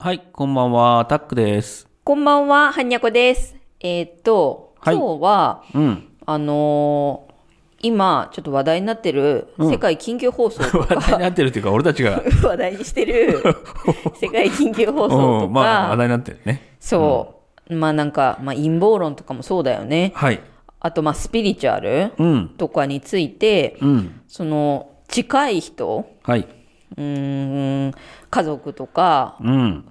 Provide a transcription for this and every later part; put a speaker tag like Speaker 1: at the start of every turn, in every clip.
Speaker 1: はい、こんばんは、タックです。
Speaker 2: こんばんは、はんにゃこです。えーっと、
Speaker 1: はい
Speaker 2: 今日は、
Speaker 1: うん。
Speaker 2: あのー今、ちょっと話題になってる、
Speaker 1: うん
Speaker 2: 世界緊急放送 と
Speaker 1: 話題に
Speaker 2: か、
Speaker 1: なってるっていうか、俺たちが、
Speaker 2: 話題にして る、世界緊急放送
Speaker 1: う
Speaker 2: と
Speaker 1: ん、まあ、話
Speaker 2: か、
Speaker 1: 題になってるね。
Speaker 2: そう、まあなんか、まあ陰謀論とかもそうだよね。
Speaker 1: はい。
Speaker 2: あと、まあスピリチュアル
Speaker 1: うん、
Speaker 2: とかについて、
Speaker 1: うん、
Speaker 2: その、近い人、
Speaker 1: はい。
Speaker 2: うーん、家族とか、
Speaker 1: うん、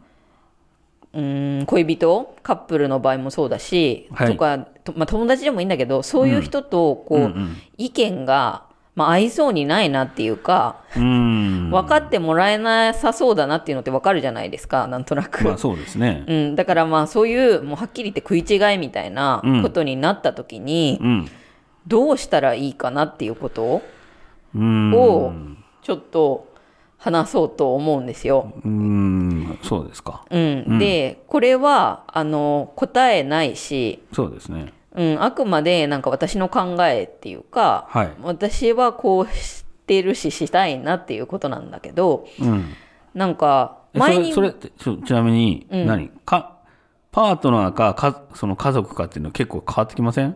Speaker 2: うーん恋人カップルの場合もそうだし、
Speaker 1: はい
Speaker 2: とか、とまあ、友達でもいいんだけどそういう人とこう、
Speaker 1: うんうん
Speaker 2: 意見が、まあ、合いそうにないなっていうか
Speaker 1: うん。
Speaker 2: 分かってもらえなさそうだなっていうのって分かるじゃないですかなんとなく、
Speaker 1: まあ、そうですね。
Speaker 2: うん、だからまあそういうもうはっきり言って食い違いみたいな
Speaker 1: うん
Speaker 2: ことになった時に、
Speaker 1: うん。
Speaker 2: どうしたらいいかなっていうこと
Speaker 1: うん。
Speaker 2: をちょっと話そうと思うんですよ。
Speaker 1: うん、そうですか。
Speaker 2: うんでこれはあの答えないし
Speaker 1: そうですね。
Speaker 2: うん、あくまでなんか私の考えっていうか、
Speaker 1: はい
Speaker 2: 私はこうしてるししたいなっていうことなんだけど
Speaker 1: うん。
Speaker 2: なんか
Speaker 1: え
Speaker 2: 前に
Speaker 1: それ、それってちょちなみに、何か、パートナーかか、その家族かっていうのは結構変わってきません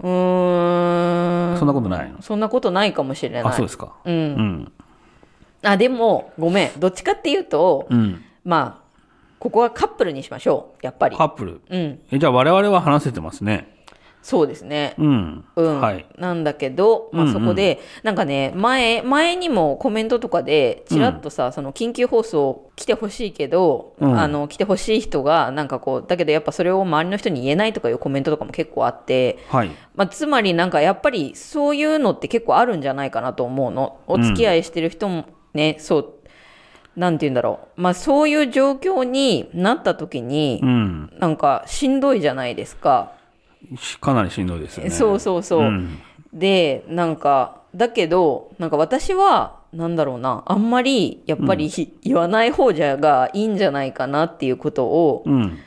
Speaker 2: うーん
Speaker 1: そんなことないの
Speaker 2: そんなことないかもしれない
Speaker 1: あ、そうですか。
Speaker 2: う、
Speaker 1: うんん。
Speaker 2: あでもごめんどっちかっていうと、
Speaker 1: うん。
Speaker 2: まあここはカップルにしましょうやっぱり
Speaker 1: カップル。
Speaker 2: うん
Speaker 1: え、じゃあ我々は話せてますね。
Speaker 2: そうですね
Speaker 1: うん。
Speaker 2: うん
Speaker 1: はい。
Speaker 2: なんだけど、ま
Speaker 1: うんう
Speaker 2: あ、
Speaker 1: ん
Speaker 2: そこで、なんかね前前にもコメントとかでちらっとさ、その緊急放送来てほしいけど、
Speaker 1: うん
Speaker 2: あの来てほしい人がなんかこうだけどやっぱそれを周りの人に言えないとかいうコメントとかも結構あって、
Speaker 1: はい。
Speaker 2: まあ、つまりなんかやっぱりそういうのって結構あるんじゃないかなと思うのお付き合いしてる人もね、そうなんて言うんだろう、まあ、そういう状況になった時に
Speaker 1: う、ん。
Speaker 2: なんかしんどいじゃないですか。
Speaker 1: しかなりしんどいですよね。
Speaker 2: そうそうそう、
Speaker 1: ん
Speaker 2: でなんかだけどなんか私はなんだろうなあんまりやっぱり、言わない方じゃがいいんじゃないかなっていうことを
Speaker 1: うん。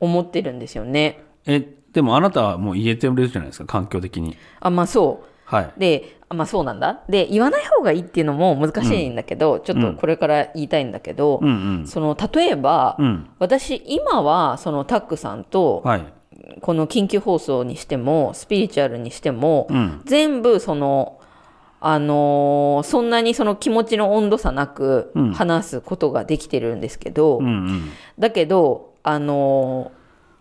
Speaker 2: 思ってるんですよね。
Speaker 1: え、でもあなたはもう言えてるじゃないですか、環境的に。
Speaker 2: あまあそ
Speaker 1: はい。
Speaker 2: うであまあそうなんだで言わない方がいいっていうのも難しいんだけど、ちょっとこれから言いたいんだけど、
Speaker 1: うんうん。
Speaker 2: その例えば、
Speaker 1: うん。
Speaker 2: 私今はそのタックさんと
Speaker 1: はい。
Speaker 2: この緊急放送にしてもスピリチュアルにしても、
Speaker 1: うん。
Speaker 2: 全部その、あのーそんなにその気持ちの温度差なく
Speaker 1: うん
Speaker 2: 話すことができてるんですけど、
Speaker 1: うん
Speaker 2: だけど、あの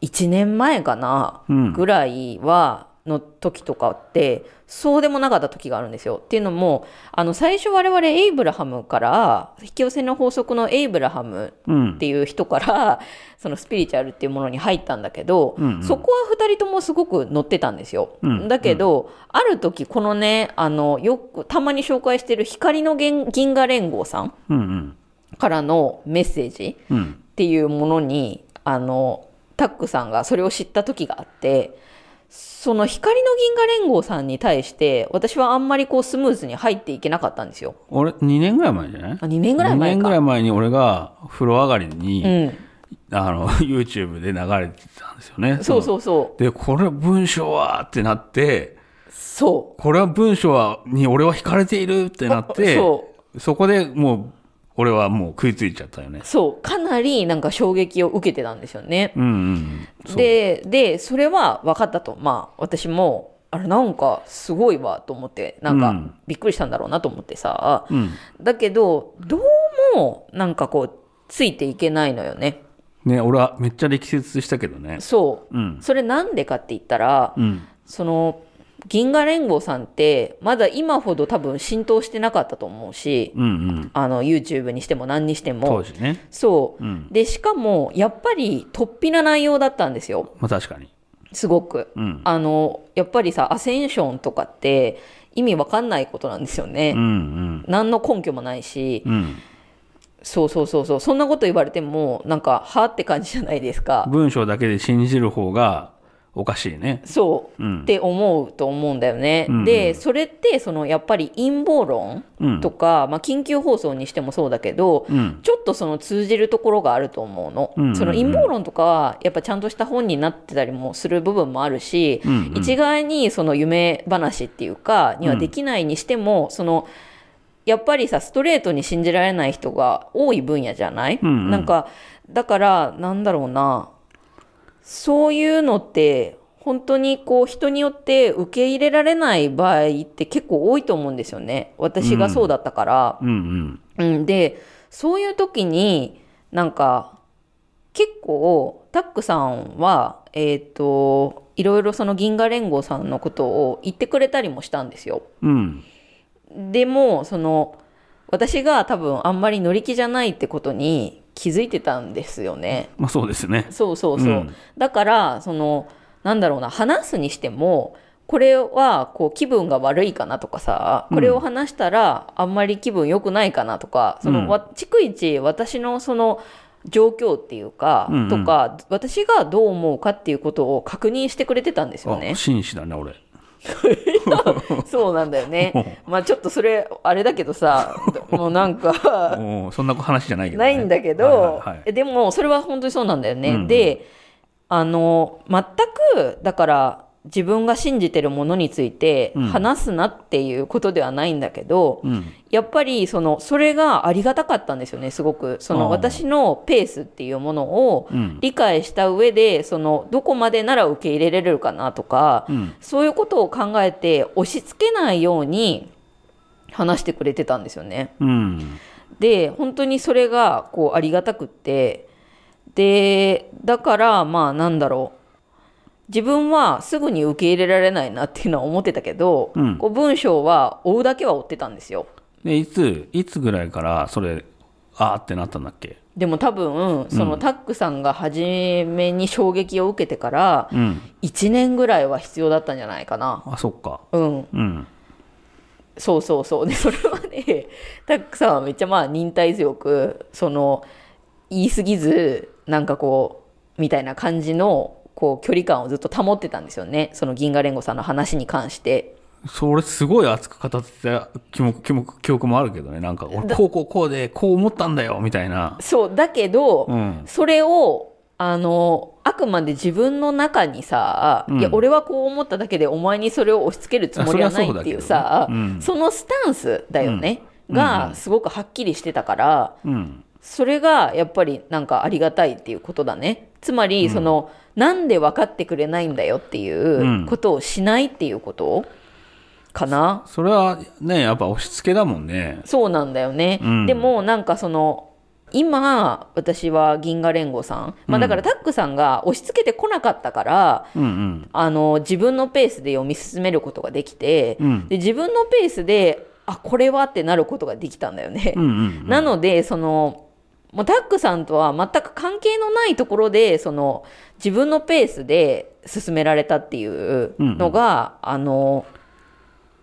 Speaker 2: ー、1年前かな
Speaker 1: うん
Speaker 2: ぐらいは、の時とかってそうでもなかった時があるんですよ。っていうのもあの最初我々エイブラハムから引き寄せの法則のエイブラハム
Speaker 1: うん。うん
Speaker 2: っ。ていう人からそのスピリチュアルっていうものに入ったんだけど、
Speaker 1: うんうん
Speaker 2: そこは2人ともすごく乗ってたんですよ、
Speaker 1: うん
Speaker 2: だけど、ある時このねあのよくたまに紹介してる光の銀銀河連合さん
Speaker 1: うんうん。
Speaker 2: からのメッセージ
Speaker 1: うん。
Speaker 2: っていうものにあのタックさんがそれを知った時があってその光の銀河連合さんに対して私はあんまりこうスムーズに入っていけなかったんですよ
Speaker 1: 俺、2年ぐらい前じゃない
Speaker 2: あ2年ぐらい
Speaker 1: 2
Speaker 2: 前
Speaker 1: 年ぐ
Speaker 2: から
Speaker 1: い前に俺が風呂上がりに、
Speaker 2: うん、
Speaker 1: あの、YouTube で流れてたんですよね。
Speaker 2: そうそうそう
Speaker 1: う。で、これ文章はってなって、
Speaker 2: そう
Speaker 1: これは文章は、に俺は惹かれているってなって、
Speaker 2: そ
Speaker 1: そこでもう、俺はもう食いついちゃったよね。
Speaker 2: そうかなりなんか衝撃を受けてたんですよね。
Speaker 1: うんうん。そう、
Speaker 2: ででそれは分かったとまあ私もあれなんかすごいわと思ってなん
Speaker 1: う
Speaker 2: か
Speaker 1: ん
Speaker 2: びっくりしたんだろうなと思ってさ、
Speaker 1: うん。
Speaker 2: だけどどうもなんかこうついていけないのよね。
Speaker 1: ね、俺はめっちゃ力説したけどね。
Speaker 2: そ
Speaker 1: う
Speaker 2: う
Speaker 1: ん。
Speaker 2: それなんでかって言ったら
Speaker 1: うん。
Speaker 2: その銀河連合さんってまだ今ほど多分浸透してなかったと思うし
Speaker 1: うんうん。
Speaker 2: あの YouTube にしても何にして
Speaker 1: 当
Speaker 2: も
Speaker 1: 時ね。
Speaker 2: そう
Speaker 1: うん。
Speaker 2: でしかもやっぱり突飛な内容だったんですよ
Speaker 1: まあ確かに。
Speaker 2: すごく
Speaker 1: うん。
Speaker 2: あのやっぱりさアセンションとかって意味わかんないことなんですよね、
Speaker 1: うんうん。
Speaker 2: 何の根拠もないし、
Speaker 1: うん。
Speaker 2: そうそうそうそうそんなこと言われてもなんかはあって感じじゃないですか、
Speaker 1: 文章だけで信じる方がおかしいね。
Speaker 2: そう、
Speaker 1: うん
Speaker 2: って思うと思うんだよね、
Speaker 1: うんうん
Speaker 2: でそれってそのやっぱり陰謀論
Speaker 1: うん。
Speaker 2: とか、まあ、緊急放送にしてもそうだけど、
Speaker 1: うん。
Speaker 2: ちょっとその通じるところがあると思うの、
Speaker 1: うんうんうん
Speaker 2: その陰謀論とかはやっぱちゃんとした本になってたりもする部分もあるし、
Speaker 1: うんうん
Speaker 2: 一概にその夢話っていうかにはできないにしても、そのやっぱりさストレートに信じられない人が多い分野じゃない、
Speaker 1: うんうん
Speaker 2: なんかだからなんだろうなそういうのって本当にこう人によって受け入れられない場合って結構多いと思うんですよね私がそうだったから、
Speaker 1: うんうん。
Speaker 2: うんでそういう時になんか結構タックさんはえっ、といろいろその銀河連合さんのことを言ってくれたりもしたんですよ。
Speaker 1: うん。
Speaker 2: でもその私が多分あんまり乗り気じゃないってことに気づいてたんですよね。
Speaker 1: まあそうですね。
Speaker 2: そうそうそう。
Speaker 1: うん
Speaker 2: だからそのなんだろうな話すにしてもこれはこう気分が悪いかなとかさこれを話したらあんまり気分良くないかなとか、そ
Speaker 1: うん
Speaker 2: のわ逐一私のその状況っていうか、
Speaker 1: うんうん
Speaker 2: とか私がどう思うかっていうことを確認してくれてたんですよね
Speaker 1: あ、。紳士だね、俺。
Speaker 2: そうなんだよ ね。まあちょっとそれ、あれだけどさ、もうなん か、
Speaker 1: おーそんな話じゃないけど、
Speaker 2: な
Speaker 1: ね。
Speaker 2: いんだけ
Speaker 1: はい
Speaker 2: ど
Speaker 1: はいはい、
Speaker 2: でもそれは本当にそうなんだよね。
Speaker 1: うん
Speaker 2: で、あの、全く、だから、自分が信じてるものについて
Speaker 1: うん
Speaker 2: 話すなっていうことではないんだけど、
Speaker 1: うん。
Speaker 2: やっぱりそのそれがありがたかったんですよねすごくそ
Speaker 1: あー
Speaker 2: の私のペースっていうものを
Speaker 1: うん
Speaker 2: 理解した上でそのどこまでなら受け入れられるかなとか、
Speaker 1: うん
Speaker 2: そういうことを考えて押し付けないように話してくれてたんですよね。
Speaker 1: うん。
Speaker 2: で本当にそれがこうありがたくってでだからまあなんだろう自分はすぐに受け入れられないなっていうのは思ってたけど、
Speaker 1: うん
Speaker 2: こう文章は追うだけは追ってたんですよ。
Speaker 1: で、いつ、いつぐらいから、それ、あーってなったんだっけ
Speaker 2: でも多分そのタックさんが初めに衝撃を受けてから
Speaker 1: うん。
Speaker 2: 1年ぐらいは必要だったんじゃないかな
Speaker 1: あ、そっか。
Speaker 2: うん
Speaker 1: うん。
Speaker 2: そうそうそうで それはねタックさんはめっちゃまあ忍耐強くその言い過ぎずなんかこうみたいな感じのこう距離感をずっと保ってたんですよねその銀河連合さんの話に関して
Speaker 1: それすごい熱く語ってた記憶記憶記憶もあるけどね。なんか、俺、こうこうこうで、こう思ったんだよ、みたいな。
Speaker 2: そうだけど、
Speaker 1: うん。
Speaker 2: それをあのあくまで自分の中にさ、
Speaker 1: うん
Speaker 2: いや俺はこう思っただけでお前にそれを押し付けるつもりはないっていうさ
Speaker 1: あそれはそうだけどねうん
Speaker 2: そのスタンスだよね、
Speaker 1: うんうんう
Speaker 2: が
Speaker 1: ん
Speaker 2: すごくはっきりしてたから
Speaker 1: うん。
Speaker 2: それがやっぱりなんかありがたいっていうことだねつまりその、なんで分かってくれないんだよってい
Speaker 1: うん
Speaker 2: うことをしないっていうことかな、
Speaker 1: それはね、やっぱ押し付けだもんね。
Speaker 2: そうなんだよね、
Speaker 1: うん
Speaker 2: でもなんかその今私は銀河連合さん、まあ、だからタックさんが押し付けてこなかったから、
Speaker 1: うんうん。
Speaker 2: あの自分のペースで読み進めることができて、
Speaker 1: うん
Speaker 2: で自分のペースであこれはってなることができたんだよね、
Speaker 1: うんうん。
Speaker 2: なのでそのもうタックさんとは全く関係のないところでその自分のペースで進められたっていうのが、あの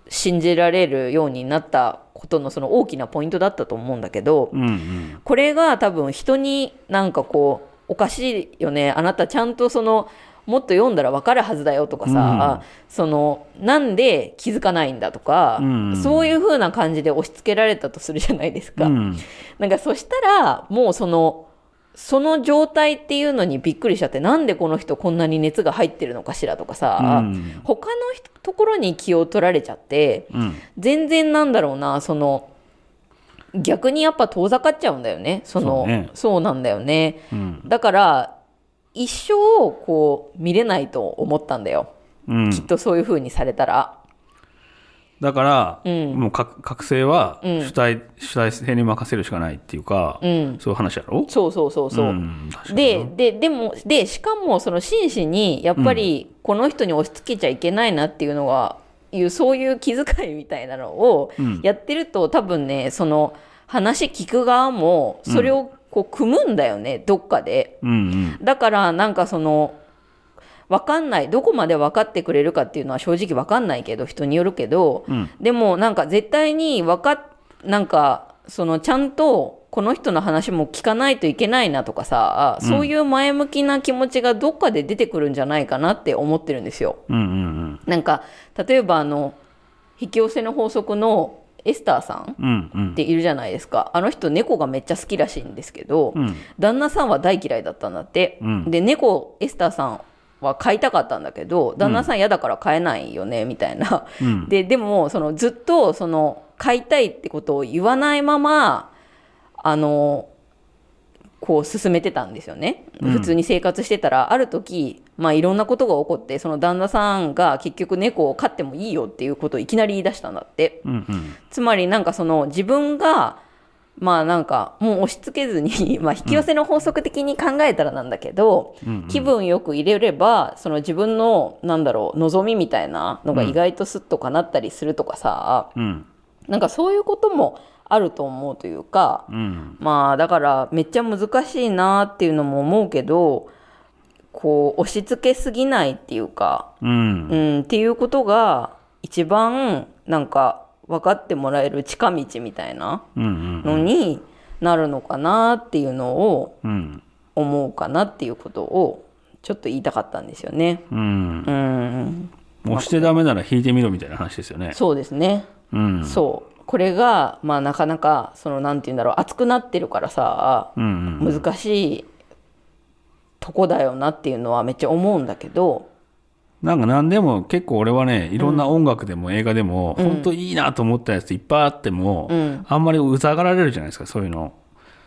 Speaker 2: 信じられるようになったことのその大きなポイントだったと思うんだけど、
Speaker 1: うんうん。
Speaker 2: これが多分人になんかこうおかしいよねあなたちゃんとそのもっと読んだら分かるはずだよとかさ、そのなんで気づかないんだとか、
Speaker 1: うん
Speaker 2: そういう風な感じで押し付けられたとするじゃないですか。
Speaker 1: うん。
Speaker 2: なんかそしたらもうそのその状態っていうのにびっくりしちゃってなんでこの人こんなに熱が入ってるのかしらとかさ、
Speaker 1: うん
Speaker 2: 他の人ところに気を取られちゃって
Speaker 1: うん。
Speaker 2: 全然なんだろうなその逆にやっぱ遠ざかっちゃうんだよねその
Speaker 1: そうね
Speaker 2: そうなんだよね
Speaker 1: うん。
Speaker 2: だから一生こう見れないと思ったんだよ
Speaker 1: うん。
Speaker 2: きっとそういう風にされたら
Speaker 1: だから、
Speaker 2: うん
Speaker 1: もうか覚醒は
Speaker 2: うん
Speaker 1: 主体、主体性に任せるしかないっていうか、
Speaker 2: うん
Speaker 1: そういう話やろ
Speaker 2: そうそうそうそう、
Speaker 1: ん確かに
Speaker 2: でででもでしかもその真摯にやっぱりこの人に押し付けちゃいけないなっていうのが、いうそういう気遣いみたいなのを
Speaker 1: うん
Speaker 2: やってると、多分ねその話聞く側もそれをこう組むんだよね、どっかで。
Speaker 1: うん
Speaker 2: だからなんかその分かんないどこまで分かってくれるかっていうのは正直分かんないけど人によるけど、
Speaker 1: うん
Speaker 2: でもなんか絶対に分かっなんかそのちゃんとこの人の話も聞かないといけないなとかさそういう前向きな気持ちがどっかで出てくるんじゃないかなって思ってるんですよ。
Speaker 1: うん。うんうん
Speaker 2: なんか例えばあの引き寄せの法則のエスターさん
Speaker 1: うん。うんうん
Speaker 2: っ。ているじゃないですかあの人猫がめっちゃ好きらしいんですけど、
Speaker 1: うん
Speaker 2: 旦那さんは大嫌いだったんだって、
Speaker 1: うん
Speaker 2: で猫エスターさんは飼いたかったんだけど旦那さん嫌だから飼えないよねみたいな、
Speaker 1: うん
Speaker 2: ででもそのずっとその買いたいってことを言わないままあのこう進めてたんですよね、普通に生活してたらある時、まあ、いろんなことが起こってその旦那さんが結局猫を飼ってもいいよっていうことをいきなり言い出したんだって
Speaker 1: うんうん。
Speaker 2: つまりなんかその自分がまあなんかもう押し付けずに まあ引き寄せの法則的に考えたらなんだけど、
Speaker 1: うんうん
Speaker 2: 気分よく入れればその自分のなんだろう望みみたいなのが意外とスッとかなったりするとかさ、
Speaker 1: うん。
Speaker 2: なんかそういうこともあると思うというか、
Speaker 1: うん。
Speaker 2: まあだからめっちゃ難しいなっていうのも思うけどこう押し付けすぎないっていうか、
Speaker 1: うん。
Speaker 2: うん、っていうことが一番なんか分かってもらえる近道みたいな
Speaker 1: うんうん。
Speaker 2: のになるのかなっていうのを
Speaker 1: うん。
Speaker 2: 思うかなっていうことをちょっと言いたかったんですよね。
Speaker 1: うん。
Speaker 2: うん、
Speaker 1: 押してダメなら引いてみろみたいな話ですよね。
Speaker 2: そうですね。
Speaker 1: うん。
Speaker 2: そう。これが、まあなかなか、その、なんて言うんだろう、熱くなってるからさ、
Speaker 1: うんうん。
Speaker 2: 難しいとこだよなっていうのはめっちゃ思うんだけど、
Speaker 1: なんか何でも結構俺はね、いろんな音楽でも映画でも、本当いいなと思ったやついっぱいあっても、
Speaker 2: うん
Speaker 1: あんまりうざがられるじゃないですか、そういうの。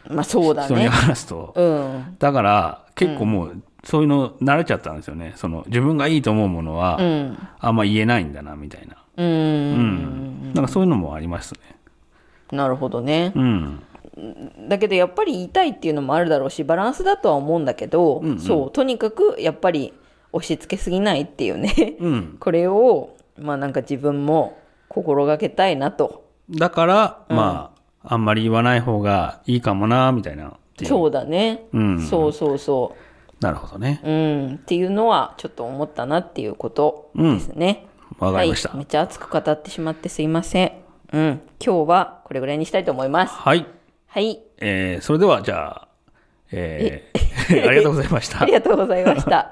Speaker 2: まあそうだ
Speaker 1: 人に
Speaker 2: ね。
Speaker 1: 話すと。
Speaker 2: うん。
Speaker 1: だから、結構もう、そういうの慣れちゃったんですよね。その、自分がいいと思うものは
Speaker 2: う、ん。
Speaker 1: あんま言えないんだな、みたいな。
Speaker 2: う。
Speaker 1: うんん。なんかそういうのもありますね。
Speaker 2: なるほどね。
Speaker 1: うん。
Speaker 2: だけどやっぱり言いたいっていうのもあるだろうし、バランスだとは思うんだけど、そう、とにかくやっぱり押し付けすぎないっていうね、
Speaker 1: うん。
Speaker 2: これを、まあなんか自分も心がけたいなと。
Speaker 1: だから、まあ、あんまり言わない方がいいかもな、みたいなっていう。
Speaker 2: そうだね。
Speaker 1: うん。
Speaker 2: そうそうそう。
Speaker 1: なるほどね。
Speaker 2: うん、っていうのはちょっと思ったなっていうことですね。
Speaker 1: わかりました。
Speaker 2: はい、めっちゃ熱く語ってしまってすいません。うん、今日はこれぐらいにしたいと思います。
Speaker 1: はい。
Speaker 2: はい、
Speaker 1: えー、それでは、じゃあ、えー、ありがとうございました
Speaker 2: あり。がとうございました。